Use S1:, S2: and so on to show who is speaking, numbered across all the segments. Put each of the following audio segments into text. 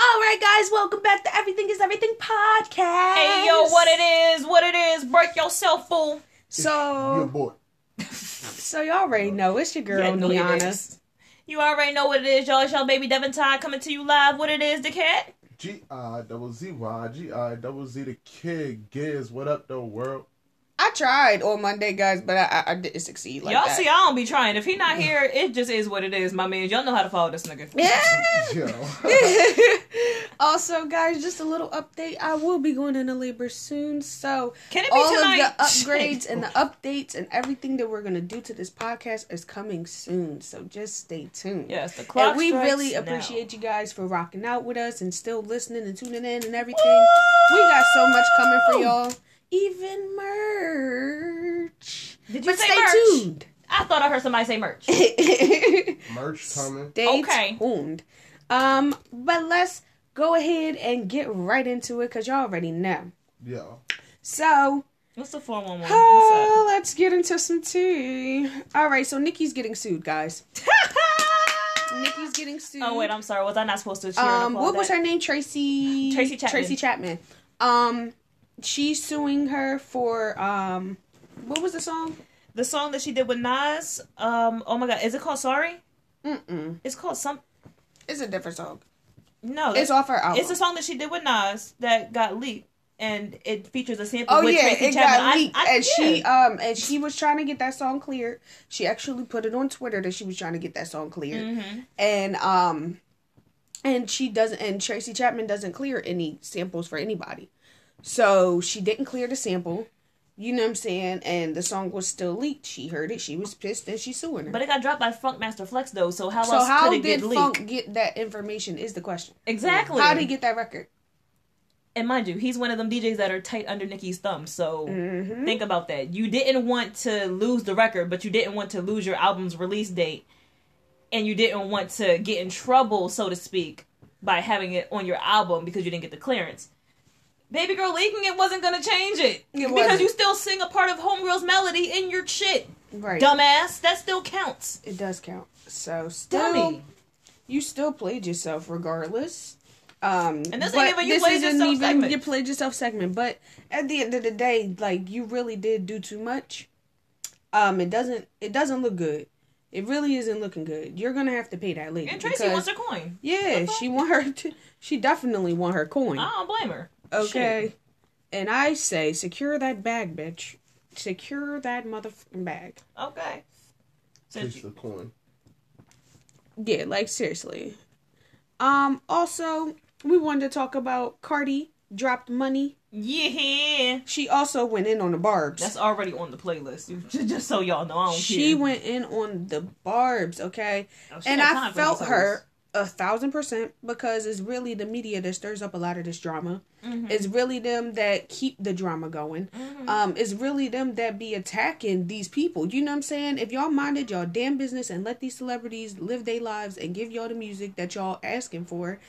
S1: right, guys, welcome back to Everything is Everything podcast.
S2: Hey yo, what it is, what it is, break yourself, fool.
S3: Your
S1: So,
S3: boy.
S1: so you already know it's your girl,
S2: Yeah, no, it
S1: Niana.
S2: is. You already know what it is, y'all. It's y'all baby Devin Todd coming to you live. What it is, the cat?
S3: G I double Z Y G I double Z the kid Giz. What up, the world?
S1: I tried on Monday, guys, but I, I, I didn't succeed like
S2: y'all
S1: that.
S2: see, I don't be trying. If he not here, it just is what it is, my man. Y'all know how to follow this nigga.
S1: Yeah.
S3: Yo.
S1: also, guys, just a little update. I will be going into labor soon, so
S2: Can it be
S1: all
S2: tonight?
S1: of the upgrades and the updates and everything that we're gonna do to this podcast is coming soon. So just stay tuned.
S2: Yes, the clock
S1: And we
S2: strikes
S1: really
S2: now.
S1: appreciate you guys for rocking out with us and still listening and tuning in and everything. We got so much coming for y'all. Even merch.
S2: Did you
S1: But
S2: say
S1: stay
S2: merch?
S1: tuned.
S2: I thought I heard somebody say merch.
S3: Merch coming.
S1: stay
S2: Okay.
S1: tuned. Um, but let's go ahead and get right into it because y'all already know.
S3: Yo.
S1: So
S2: What's the four one one?
S1: Oh, let's get into some tea. All right, so Nikki's getting sued, guys. Nikki's getting sued.
S2: Oh wait, I'm sorry. Was I not supposed to? Cheer
S1: um, what was
S2: that?
S1: her name? Tracy.
S2: Tracy Chapman.
S1: Tracy Chapman. Um, she's suing her for um, what was the song?
S2: The song that she did with Nas. Um. Oh my God. Is it called Sorry?
S1: Mm-mm.
S2: It's called some.
S1: It's a different song.
S2: No.
S1: It's off her album.
S2: It's a song that she did with Nas that got leaked, and it features a sample.
S1: Oh
S2: with
S1: yeah,
S2: Tracy
S1: it
S2: Chapman.
S1: got leaked,
S2: I, I,
S1: and she
S2: yeah.
S1: um and she was trying to get that song cleared. She actually put it on Twitter that she was trying to get that song cleared,
S2: Mm-hmm.
S1: and um, and she doesn't, and Tracy Chapman doesn't clear any samples for anybody, so she didn't clear the sample. You know what I'm saying? And the song was still leaked. She heard it. She was pissed, and she's suing her.
S2: But it got dropped by Funk Master Flex though. So how
S1: so
S2: else
S1: how
S2: could it
S1: did
S2: get leaked?
S1: Funk get that information? Is the question.
S2: exactly.
S1: How did he get that record?
S2: and mind you, he's one of them DJs that are tight under Nicki's thumb. So
S1: Mm-hmm.
S2: think about that. You didn't want to lose the record, but you didn't want to lose your album's release date, and you didn't want to get in trouble, so to speak, by having it on your album because you didn't get the clearance. Baby girl leaking it wasn't gonna change it, because
S1: wasn't.
S2: you still sing a part of Homegirl's melody in your shit,
S1: Right.
S2: dumbass. That still counts,
S1: It does count. So still.
S2: dummy.
S1: you still played yourself regardless. Um,
S2: And this
S1: but
S2: ain't even you played
S1: isn't
S2: yourself segment.
S1: you played yourself segment. But at the end of the day, like you really did do too much. Um, it doesn't it doesn't look good. It really isn't looking good. You're gonna have to pay that lady.
S2: And Tracy
S1: because-
S2: wants her coin.
S1: Yeah, she want her. To, she definitely want her coin.
S2: I don't blame her.
S1: Okay. And I say, secure that bag, bitch. Secure that motherfucking bag.
S2: Shit. Okay. So
S3: Taste
S2: you,
S3: the coin.
S1: Yeah, like seriously. Um, also, we wanted to talk about Cardi dropped money.
S2: yeah.
S1: She also went in on the barbs.
S2: That's already on the playlist. You- Just so y'all know, I don't
S1: she
S2: care.
S1: went in on the barbs, okay?
S2: Oh, she
S1: and
S2: got
S1: I
S2: time for
S1: felt
S2: these
S1: her a thousand percent because it's really the media that stirs up a lot of this drama.
S2: Mm-hmm.
S1: It's really them that keep the drama going. Um, it's really them that be attacking these people. You know what I'm saying? If y'all minded y'all damn business and let these celebrities live their lives and give y'all the music that y'all asking for,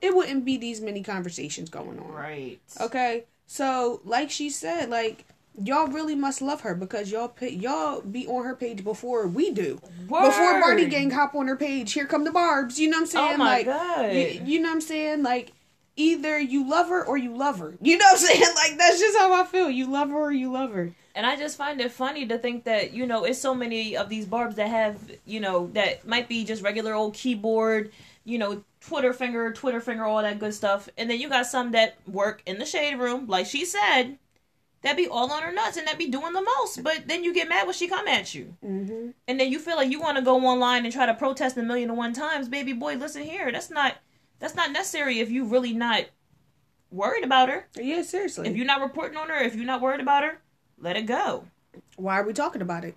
S1: it wouldn't be these many conversations going on.
S2: hoes. Right.
S1: Okay. So, like she said, like y'all really must love her because y'all pa- y'all be on her page before we do. Before
S2: Word.
S1: Barney Gang hop on her page, here come the Barbs. You know what I'm saying?
S2: Oh my
S1: like,
S2: God.
S1: You, you know what I'm saying? Like, either you love her or you love her. You know what I'm saying? Like, that's just how I feel. You love her or you love her.
S2: And I just find it funny to think that, you know, it's so many of these barbs that have, you know, that might be just regular old keyboard, you know, Twitter finger, Twitter finger, all that good stuff. And then you got some that work in the shade room, like she said, that be all on her nuts and that be doing the most. But then you get mad when she come at you.
S1: Mm-hmm.
S2: and then you feel like you want to go online and try to protest a million and one times, baby boy, listen here. That's not that's not necessary if you really not worried about her.
S1: Yeah, seriously.
S2: If you're not reporting on her, if you're not worried about her, let it go.
S1: why are we talking about it?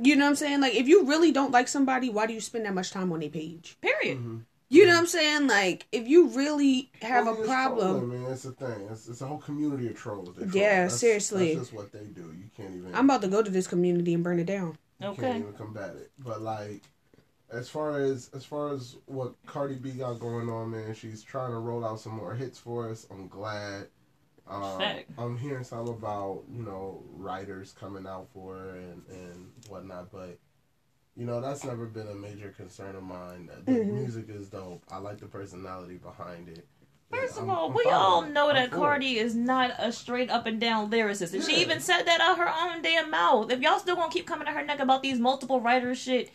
S1: You know what I'm saying? Like, if you really don't like somebody, why do you spend that much time on their page?
S2: Period.
S3: Mm-hmm.
S1: You know
S2: Mm.
S1: what I'm saying? Like, if you really have
S3: Well,
S1: a
S3: it's
S1: problem.
S3: trolling, man. It's a thing. It's, it's a whole community of trolls. that troll.
S1: Yeah,
S3: That's-
S1: seriously.
S3: That's just what they do. You can't even.
S1: I'm about to go to this community and burn it down.
S3: You
S2: Okay.
S3: can't even combat it. But like, as far as as far as what Cardi B got going on, man, she's trying to roll out some more hits for us. I'm glad. Um,
S2: Fact.
S3: I'm hearing some about you know writers coming out for her and and whatnot, but You know, that's never been a major concern of mine. The
S2: Mm-hmm.
S3: music is dope. I like the personality behind it.
S2: First of
S3: I'm-
S2: all,
S3: I'm
S2: we
S3: fine
S2: all
S3: with it.
S2: know
S3: I'm
S2: that
S3: for it.
S2: Cardi is not a straight up and down lyricist. And she
S3: Yeah.
S2: even said that out her own damn mouth. If y'all still gonna keep coming at her neck about these multiple writers shit,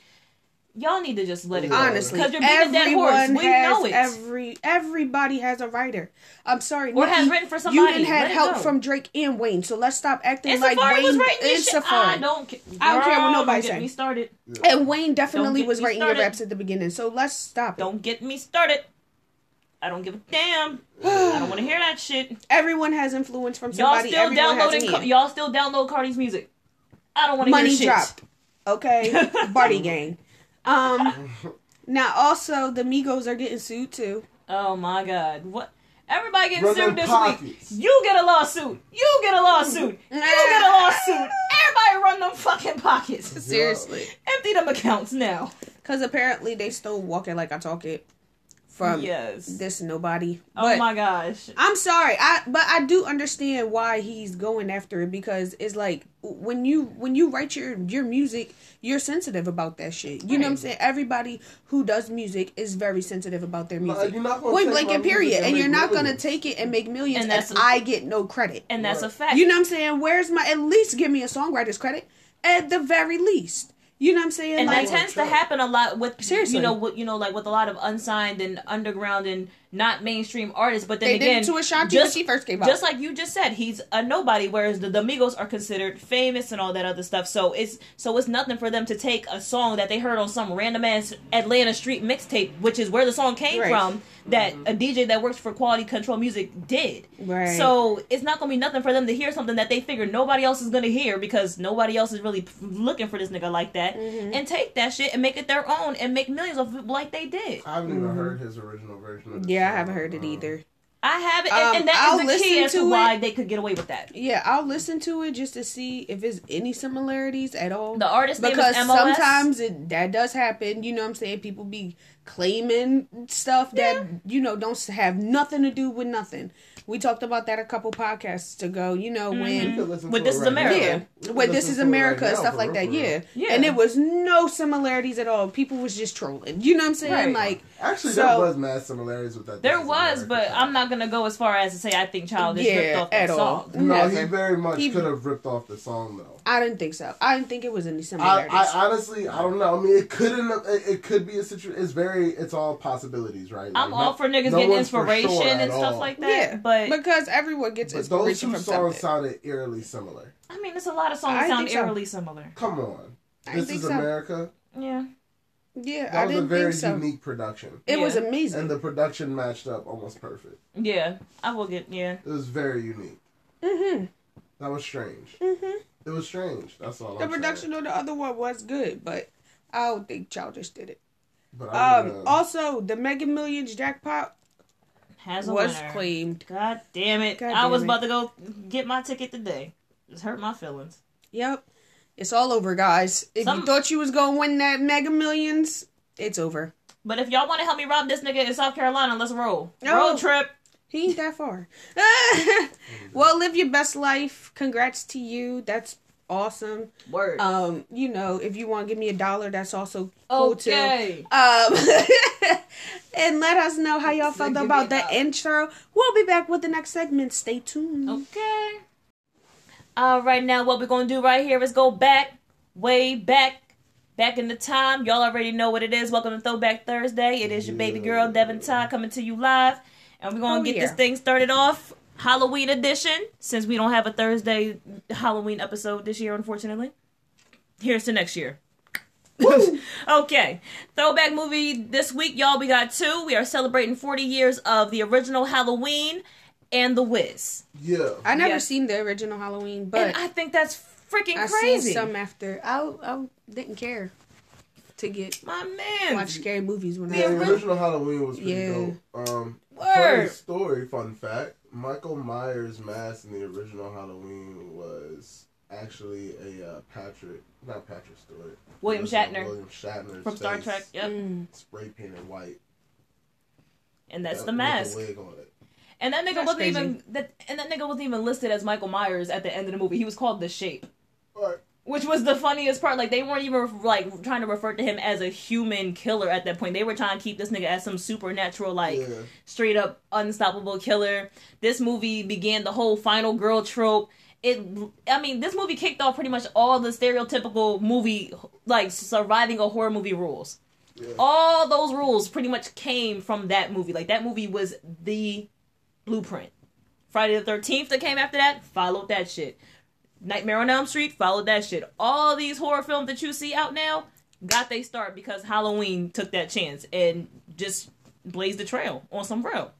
S2: y'all need to just let it go.
S1: Honestly,
S2: because you're beating a dead horse.
S1: everyone
S2: We
S1: has
S2: know it.
S1: every everybody has a writer. I'm sorry,
S2: Or has
S1: Nicki,
S2: written for
S1: You
S2: somebody.
S1: didn't
S2: Let
S1: had
S2: it
S1: help
S2: go.
S1: from Drake and Wayne, so let's stop acting
S2: and
S1: like
S2: Safari
S1: Wayne
S2: was writing
S1: and
S2: this shit. I
S1: Safari.
S2: don't, ca-
S1: I don't care what
S2: Girl,
S1: nobody
S2: Don't
S1: say.
S2: get me started.
S3: Yeah.
S1: And Wayne definitely
S2: get
S1: was
S2: me
S1: writing
S2: started.
S1: your raps at the beginning, so let's stop it.
S2: Don't get me started. I don't give a damn. I don't want to hear that shit.
S1: Everyone has influence from
S2: Y'all
S1: somebody.
S2: still
S1: Everyone
S2: downloading?
S1: Has
S2: Ca-
S1: a hand.
S2: y'all still download Cardi's music? I don't want to hear
S1: Money
S2: shit.
S1: dropped. Okay, Barty gang. Um, now also the Migos are getting sued too.
S2: Oh my god. What everybody getting
S3: Run
S2: sued
S3: them
S2: this
S3: pockets.
S2: week. You get a lawsuit. You get a lawsuit. You get a lawsuit. Everybody run them fucking pockets.
S1: Seriously,
S2: Empty them accounts now.
S1: because apparently they still walking like I talk it from
S2: yes.
S1: this nobody.
S2: oh
S1: But-
S2: my gosh.
S1: I'm sorry, I but I do understand why he's going after it because it's like when you when you write your your music, you're sensitive about that shit. You know what I'm
S2: Right.
S1: saying? Everybody who does music is very sensitive about their
S3: Like,
S1: music.
S3: you're not gonna
S1: Point
S3: take
S1: blank
S3: my
S1: and
S3: music
S1: period,
S3: and
S1: and
S3: make
S1: you're not gonna
S3: millions.
S1: take it and make millions,
S2: And
S1: and,
S2: that's a-
S1: I get no credit.
S2: And that's a
S3: Right.
S2: fact.
S1: You know what I'm saying? Where's my at least give me a songwriter's credit at the very least. You know what I'm saying?
S2: and
S1: like
S2: that tends to
S3: Sure.
S2: happen a lot with
S1: Seriously.
S2: you know with you know like with a lot of unsigned and underground and not mainstream artists. But then
S1: they
S2: again,
S1: did it to Ashanti when
S2: just
S1: she first came out.
S2: just like you just said, he's a nobody. Whereas the Domingos are considered famous and all that other stuff. So it's so it's nothing for them to take a song that they heard on some random ass Atlanta street mixtape, which is where the song came
S1: Right.
S2: from. That a DJ that works for Quality Control Music did.
S1: Right.
S2: So it's not gonna be nothing for them to hear something that they figure nobody else is gonna hear because nobody else is really looking for this nigga like that,
S1: Mm-hmm.
S2: and take that shit and make it their own and make millions of it like they did.
S3: I haven't even heard his original version of the
S1: yeah, I
S3: song.
S1: haven't heard it
S3: Um,
S1: either.
S2: I have it, and,
S1: Um,
S2: and that
S1: I'll
S2: is the key
S1: listen
S2: as to,
S1: to it.
S2: why they could get away with that.
S1: Yeah, I'll listen to it just to see if it's any similarities at all.
S2: The artist name is
S1: because
S2: MOS.
S1: sometimes it, that does happen. You know what I'm saying? People be claiming stuff that you know don't have nothing to do with nothing. We talked about that a couple podcasts ago. You know
S3: We could
S1: when
S3: listen
S2: With
S3: to it
S2: This Is
S3: right now.
S2: Mm-hmm. America.
S1: yeah,
S3: We could
S1: when this
S3: listen
S1: is
S3: to it right
S1: America and
S3: now,
S1: stuff
S3: for
S1: like
S3: real,
S1: that.
S3: for real.
S1: Yeah.
S2: Yeah.
S1: and it was no similarities at all. People was just trolling. You know what I'm saying?
S2: Right.
S1: Like
S3: Actually,
S1: So-
S3: there was mad similarities with that.
S2: There
S3: This Is
S2: was,
S3: America
S2: but
S3: song.
S2: I'm not gonna go as far as to say I think Childish
S1: Yeah,
S2: ripped off that
S1: at all.
S2: song.
S3: No, he
S1: Never.
S3: very much
S1: He-
S3: could have ripped off the song though.
S1: I didn't think so. I didn't think it was any
S3: I,
S1: similarities.
S3: I honestly, I don't know. I mean, it couldn't. have- It, it could be a situation. It's very. It's all possibilities, right?
S2: I'm
S3: Like,
S2: all
S3: no-
S2: for niggas
S3: no
S2: getting
S3: one's for sure
S2: inspiration
S3: at
S2: and stuff
S3: all.
S2: like that,
S1: yeah,
S2: but,
S1: because everyone gets
S3: But those
S1: inspiration
S3: two
S1: from
S3: songs
S1: something.
S3: sounded eerily similar.
S2: I mean, it's a lot of songs
S1: I
S2: sound
S1: think so.
S2: eerily similar.
S3: Come on,
S1: I
S3: this
S1: think
S3: is
S1: so.
S3: America.
S2: Yeah,
S1: Yeah,
S3: That
S1: I
S3: was a
S1: didn't
S3: very
S1: think so.
S3: unique production,
S1: It was
S2: Yeah.
S1: amazing.
S3: and the production matched up almost perfect.
S2: yeah, I will get yeah.
S3: It was very unique.
S1: hmm
S3: That was strange.
S1: hmm
S3: It was strange. That's all.
S1: The
S3: I'm
S1: production of
S3: Saying.
S1: the other one was good, but I don't think Childish did it.
S3: But I
S1: Um,
S3: would've-
S1: also, the Mega Millions jackpot
S2: Has a
S1: was
S2: winner.
S1: claimed.
S2: God damn it!
S1: God
S2: I
S1: damn
S2: was
S1: it.
S2: about to go get my ticket today. It's hurt my feelings.
S1: Yep, it's all over, guys. If
S2: Some-
S1: you thought you was gonna win that Mega Millions, it's over.
S2: But if y'all want to help me rob this nigga in South Carolina, let's roll.
S1: No.
S2: Road trip.
S1: He ain't that far. well, live your best life. Congrats to you. That's awesome.
S2: Word.
S1: Um, you know, if you want to give me a dollar, that's also cool
S2: Okay.
S1: too. Um, and let us know how y'all felt
S2: Give me a
S1: about the
S2: dollar.
S1: intro. We'll be back with the next segment. Stay tuned.
S2: Oh, Okay. All right, now what we're gonna do right here is go back, way back, back in the time. Y'all already know what it is. Welcome to Throwback Thursday. It is your baby girl Devin Todd coming to you live, and we're gonna
S1: Oh,
S2: get
S1: yeah.
S2: this thing started off Halloween edition. Since we don't have a Thursday Halloween episode this year, unfortunately. Here's to next year. okay, throwback movie this week, y'all. We got two. We are celebrating 40 years of the original Halloween and The Wiz.
S3: yeah.
S1: I never
S2: Yes.
S1: seen the original Halloween, but
S2: and I think that's freaking
S1: I,
S2: crazy.
S1: seen some after. I I didn't care to get
S2: My man.
S1: watch scary movies when
S3: Yeah,
S1: I
S3: the
S1: was.
S2: ori-
S3: original Halloween was pretty
S1: Yeah.
S3: dope. Um, funny
S2: Word.
S3: story, fun fact: Michael Myers' mask in the original Halloween was actually a uh, Patrick, not Patrick Stewart,
S2: William
S3: It was, uh,
S2: Shatner
S3: William Shatner
S2: from Star Trek. Yep.
S1: Mm.
S3: spray painted white.
S2: And that's
S3: uh,
S2: the
S3: with
S2: mask.
S3: wig on it.
S2: And that nigga
S1: That's
S2: wasn't
S1: crazy.
S2: even that and that nigga wasn't even listed as Michael Myers at the end of the movie. He was called the shape.
S3: All right.
S2: Which was the funniest part. Like they weren't even like trying to refer to him as a human killer at that point. They were trying to keep this nigga as some supernatural, like
S3: Yeah.
S2: straight up unstoppable killer. This movie began the whole final girl trope. It, I mean, this movie kicked off pretty much all the stereotypical movie, like surviving a horror movie rules.
S3: Yeah.
S2: All those rules pretty much came from that movie. Like that movie was the blueprint. Friday the Thirteenth that came after that followed that shit. Nightmare on Elm Street followed that shit. All these horror films that you see out now got they start because Halloween took that chance and just blazed the trail on some real.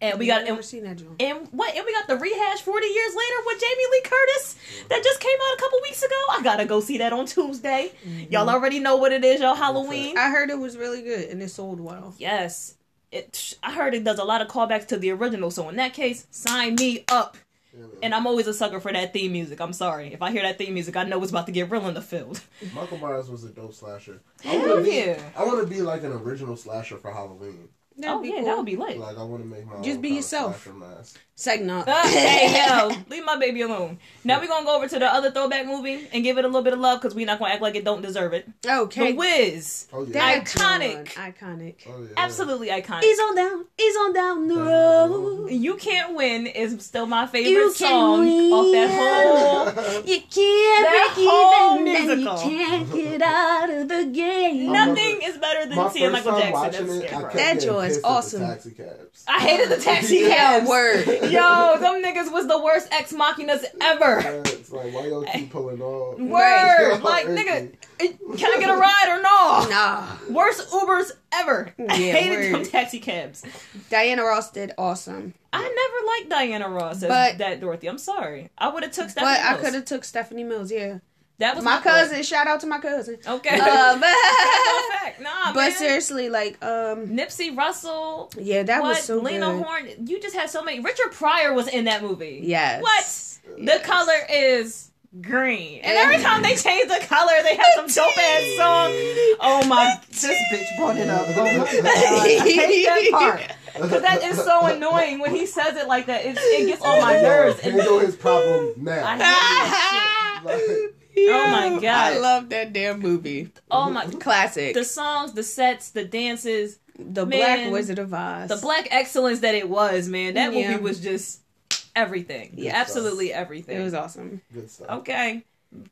S2: And we got
S1: I've never
S2: and,
S1: seen that John.
S2: and what and we got the rehash forty years later with Jamie Lee Curtis that just came out a couple weeks ago. I gotta go see that on Tuesday. Y'all already know what it is, y'all Halloween.
S1: I heard it was really good and it sold well.
S2: Yes. It, I heard it does a lot of callbacks to the original, so in that case, sign me up. And I'm always a sucker for that theme music. I'm sorry. If I hear that theme music, I know it's about to get real in the field.
S3: Michael Myers was a dope slasher. I
S2: Hell
S3: wanna be,
S2: yeah.
S3: I want to be like an original slasher for Halloween.
S1: That'd
S2: oh,
S1: be
S2: yeah,
S1: cool.
S2: that would be lit.
S3: Like I want to make my
S1: Just
S3: own
S1: be
S3: kind of
S1: yourself.
S3: slasher mask.
S1: Segna.
S2: Uh, hey, yo, leave my baby alone. Now we're going to go over to the other throwback movie and give it a little bit of love because we're not going to act like it don't deserve it.
S1: Okay.
S2: The Wiz.
S3: Oh yeah.
S1: That
S2: Iconic.
S1: John, Iconic.
S3: oh, yeah.
S2: Absolutely iconic.
S1: He's on down. He's on down the road.
S2: you Can't Win is still my favorite
S1: You Can't
S2: song off that whole
S1: You can't
S2: That
S1: break
S2: whole
S1: even, and you
S2: musical.
S1: can't get out of the game.
S3: No.
S2: Nothing is better
S3: My
S2: than
S3: first
S2: seeing Michael
S3: time
S2: Jackson.
S3: watching
S2: That's
S3: it, I
S2: yeah,
S3: kept
S2: bro.
S1: That
S3: getting
S1: joy is
S3: pissed at the
S1: awesome.
S3: Taxi cabs.
S2: I hated the taxi
S1: Yeah,
S2: cabs.
S1: word.
S2: Yo, them niggas was the worst ex machinas ever.
S3: Yeah, it's like why y'all keep pulling off?
S2: Word,
S3: Y'all
S2: like nigga,
S3: irking.
S2: can I get a ride or no?
S1: Nah.
S2: Worst Ubers ever. I
S1: Yeah,
S2: hated them
S1: word.
S2: taxi cabs.
S1: Diana Ross did awesome,
S2: I never liked Diana Ross as
S1: But-
S2: that Dorothy. I'm sorry, I would have took
S1: but
S2: Stephanie.
S1: I
S2: Mills.
S1: could have took Stephanie Mills. Yeah,
S2: That was
S1: my
S2: fault.
S1: cousin. Shout out to my cousin.
S2: Okay.
S1: Uh,
S2: No
S1: but,
S2: fact. Nah,
S1: but
S2: man.
S1: seriously, like, um,
S2: Nipsey Russell.
S1: yeah, that
S2: what?
S1: was so
S2: Lena
S1: good.
S2: Horne. You just had so many. Richard Pryor was in that movie.
S1: Yes.
S2: What?
S1: Yes.
S2: The color is green. And every
S1: Yeah.
S2: time they change the color, they have some dope ass song. Oh my! This bitch brought it up. Oh my god! I hate that part because that is so annoying when he says it like that. It, it gets on my
S3: Yo,
S2: nerves. And
S3: Handle his problem now.
S2: I hate that
S3: Like,
S2: Oh my
S1: Yo,
S2: God.
S1: I love that damn movie.
S2: shit. Oh my!
S1: Classic.
S2: The
S1: The,
S2: songs, the sets, the dances,
S1: Black
S2: man.
S1: Wizard of Oz.
S2: the black excellence that it was. Man, that
S1: Yeah.
S2: movie was just everything.
S1: Yeah.
S2: Absolutely everything.
S1: It was awesome.
S3: good stuff.
S2: Okay.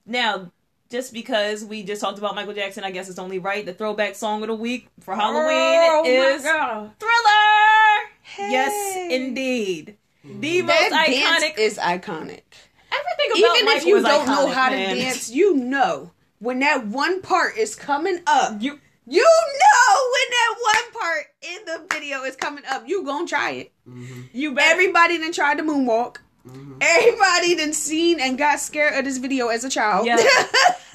S2: Now, just because we just talked about Michael Jackson, I guess it's only right. The throwback song of the week for Halloween
S1: oh
S2: is
S1: my god.
S2: Thriller. Yes,
S1: Hey.
S2: indeed. The
S1: That
S2: most
S1: dance
S2: iconic.
S1: is iconic.
S2: everything about
S1: Even if
S2: Michael
S1: you
S2: is
S1: don't know
S2: iconic,
S1: how
S2: man.
S1: to dance, you know when that one part is coming up.
S2: You
S1: You know when that one part in the video is coming up. You gonna try it.
S2: you better.
S1: Everybody then tried to moonwalk.
S2: Mm-hmm.
S1: Everybody then seen and got scared of this video as a child.
S2: Yeah.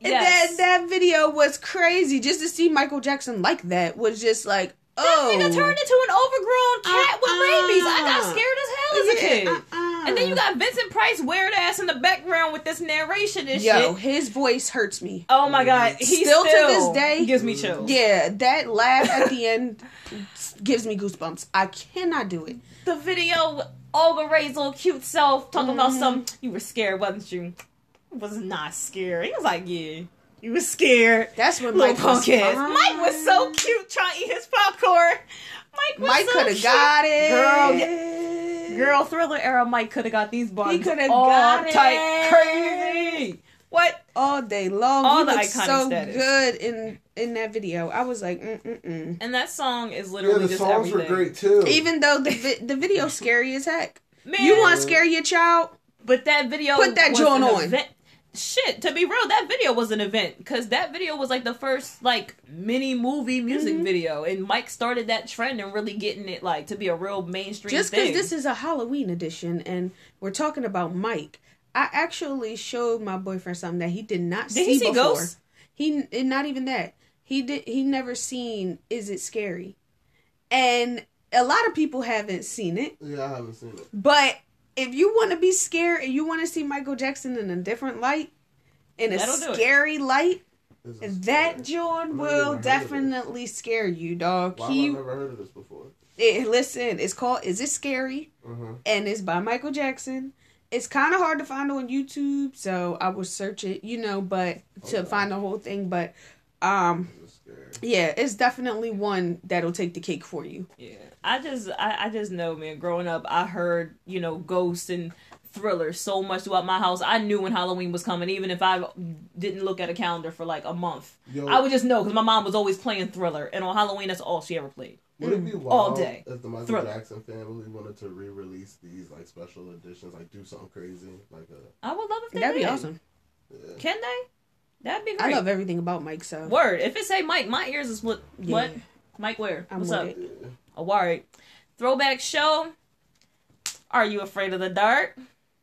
S1: And
S2: yes.
S1: that that video was crazy. Just to see Michael Jackson like that was just like, oh,
S2: That nigga turned into an overgrown cat with
S1: Uh-uh.
S2: rabies. I got scared as hell as a
S1: Yeah,
S2: kid.
S1: uh-uh.
S2: And then you got Vincent Price weird ass in the background with this narration and
S1: yo,
S2: shit.
S1: his voice hurts me.
S2: Oh my god, he
S1: Still
S2: still,
S1: to this day-
S2: gives me chills.
S1: Yeah, that laugh at the end gives me goosebumps. I cannot do it.
S2: the video with Olga Ray's little cute self talking about some
S1: Mm-hmm.
S2: you were scared, wasn't you? I was not scared. He was like, Yeah. You was scared.
S1: That's when
S2: Little
S1: Mike
S2: punk
S1: was
S2: ass.
S1: fine.
S2: Mike was so cute trying to eat his popcorn. Mike was
S1: Mike
S2: so
S1: could have
S2: cute.
S1: got it,
S2: Girl,
S1: Yeah.
S2: Girl, thriller era Mike could have got these bars.
S1: coulda
S2: all
S1: got it.
S2: type crazy. What?
S1: all day long.
S2: All
S1: he
S2: the
S1: looked
S2: iconic
S1: so
S2: status.
S1: good in in that video. I was like, mm mm mm.
S2: And that song is
S3: Yeah,
S2: literally
S3: the
S2: just
S3: songs
S2: everything.
S3: were great too.
S1: Even though the vi- the video's scary as heck.
S2: Man,
S1: You want to scare your child?
S2: But that video
S1: Put that
S2: was
S1: joint
S2: an
S1: on.
S2: event- Shit, to be real, that video was an event because that video was like the first like mini movie music
S1: Mm-hmm.
S2: video, and Mike started that trend and really getting it like to be a real mainstream
S1: Just because
S2: thing.
S1: this is a Halloween edition and we're talking about Mike, I actually showed my boyfriend something that he did not
S2: Did
S1: see,
S2: he see
S1: before.
S2: ghosts?
S1: He and not even that. He did. He never seen. Is it scary? And a lot of people haven't seen it.
S3: yeah, I haven't seen it.
S1: But if you want to be scared and you want to see Michael Jackson in a different light, in a
S2: That'll do it.
S1: scary light,
S3: This is
S1: that
S3: scary.
S1: John
S3: never
S1: will
S3: heard of this.
S1: definitely scare you, dog.
S3: Why have I
S1: he, eh,
S3: never heard of this before?
S1: it, listen, it's called "Is It Scary?"
S3: Uh-huh.
S1: and it's by Michael Jackson. it's kind of hard to find on YouTube, so I would search it, you know, but to
S3: Okay.
S1: find the whole thing. But um,
S3: It was scary.
S1: yeah, it's definitely one that'll take the cake for you.
S2: Yeah, I just I, I just know, man. Growing up, I heard you know ghosts and thrillers so much throughout my house. I knew when Halloween was coming, even if I didn't look at a calendar for like a month.
S3: Yo,
S2: I would just know because my mom was always playing Thriller, and on Halloween, that's all she ever played.
S3: would it be wild
S2: all day.
S3: if the Michael
S2: Thriller.
S3: Jackson family wanted to re-release these like special editions, like do something crazy, like a
S2: I would love if they
S1: That'd be
S2: did.
S1: awesome.
S3: yeah.
S2: Can they? That'd be
S1: I
S2: great.
S1: love everything about Mike, so
S2: Word. If it say Mike, my ears is what? What?
S1: Yeah.
S2: Mike, where?
S1: I'm
S2: What's
S1: with
S2: up?
S1: it.
S3: Yeah.
S2: Oh, all right. Throwback show. Are you afraid of the dark?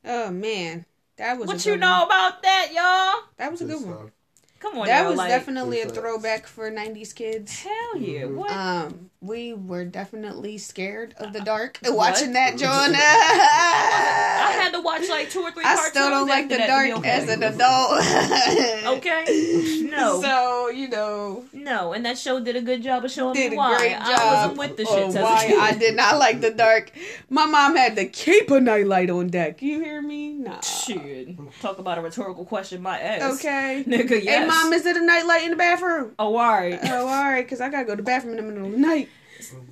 S1: oh man, that was a
S2: What
S1: good
S2: you
S1: one.
S2: know about that, y'all?
S1: That was a
S3: Good
S1: good one.
S3: stuff.
S2: Come on,
S1: That
S2: y'all,
S1: was
S2: like-
S1: definitely a
S3: Good times.
S1: throwback for '90s kids.
S2: Hell yeah!
S3: Mhm.
S2: What?
S1: Um, we were definitely scared of the dark
S2: What?
S1: watching that, John.
S2: I
S1: I
S2: had to watch like two or three.
S1: still don't
S2: cartoons
S1: like the
S2: after that to be
S1: dark
S2: okay.
S1: as an adult.
S2: Okay. No.
S1: So you know,
S2: no, and that show did a good job of showing
S1: did a
S2: me why
S1: great
S2: I
S1: job.
S2: wasn't with the
S1: of
S2: shit. as a
S1: Oh, why
S2: kid.
S1: I did not like the dark. My mom had to keep a nightlight on deck. You hear me? Nah.
S2: Shit. Talk about a rhetorical question. My ass.
S1: Okay.
S2: Nigga. Yes.
S1: Hey, mom, is it a nightlight in the bathroom?
S2: Oh, all right.
S1: Oh, all right, because I gotta go to the bathroom in the middle of the night.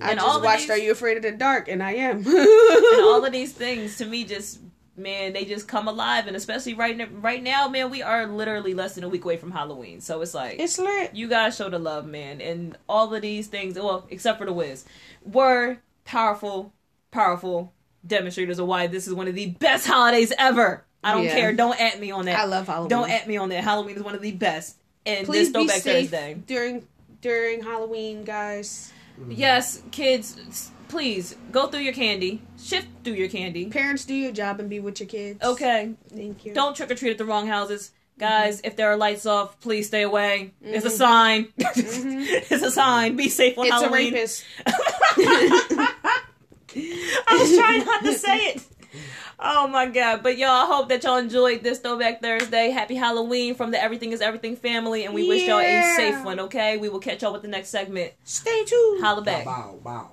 S1: I
S2: And
S1: just
S2: all of
S1: watched
S2: these-
S1: Are You Afraid of the Dark, and I am.
S2: and all of these things to me just man they just come alive and especially right now, right now man we are literally less than a week away from halloween so it's like
S1: it's lit.
S2: you guys show the love man and all of these things well except for the whiz were powerful powerful demonstrators of why this is one of the best holidays ever i don't
S1: Yeah.
S2: care don't at me on that
S1: I love Halloween.
S2: don't at me on that halloween is one of the best and
S1: Please
S2: this
S1: be
S2: throwback
S1: safe
S2: thursday
S1: during during Halloween, guys.
S2: yes kids s- please go through your candy shift through your candy
S1: Parents, do your job and be with your kids.
S2: okay
S1: thank you.
S2: Don't trick or treat at the wrong houses. Guys,
S1: Mm-hmm.
S2: if there are lights off, please stay away. It's a sign. it's a sign. Be safe on
S1: Mm-hmm. It's
S2: Halloween.
S1: a rapist.
S2: I was trying not to say it. Oh my god. But y'all, I hope that y'all enjoyed this Throwback Thursday. Happy Halloween from the Everything is Everything family, and we wish y'all a
S1: Yeah.
S2: safe one, okay? We will catch y'all with the next segment.
S1: Stay tuned.
S2: Holla back.
S3: Bow, bow.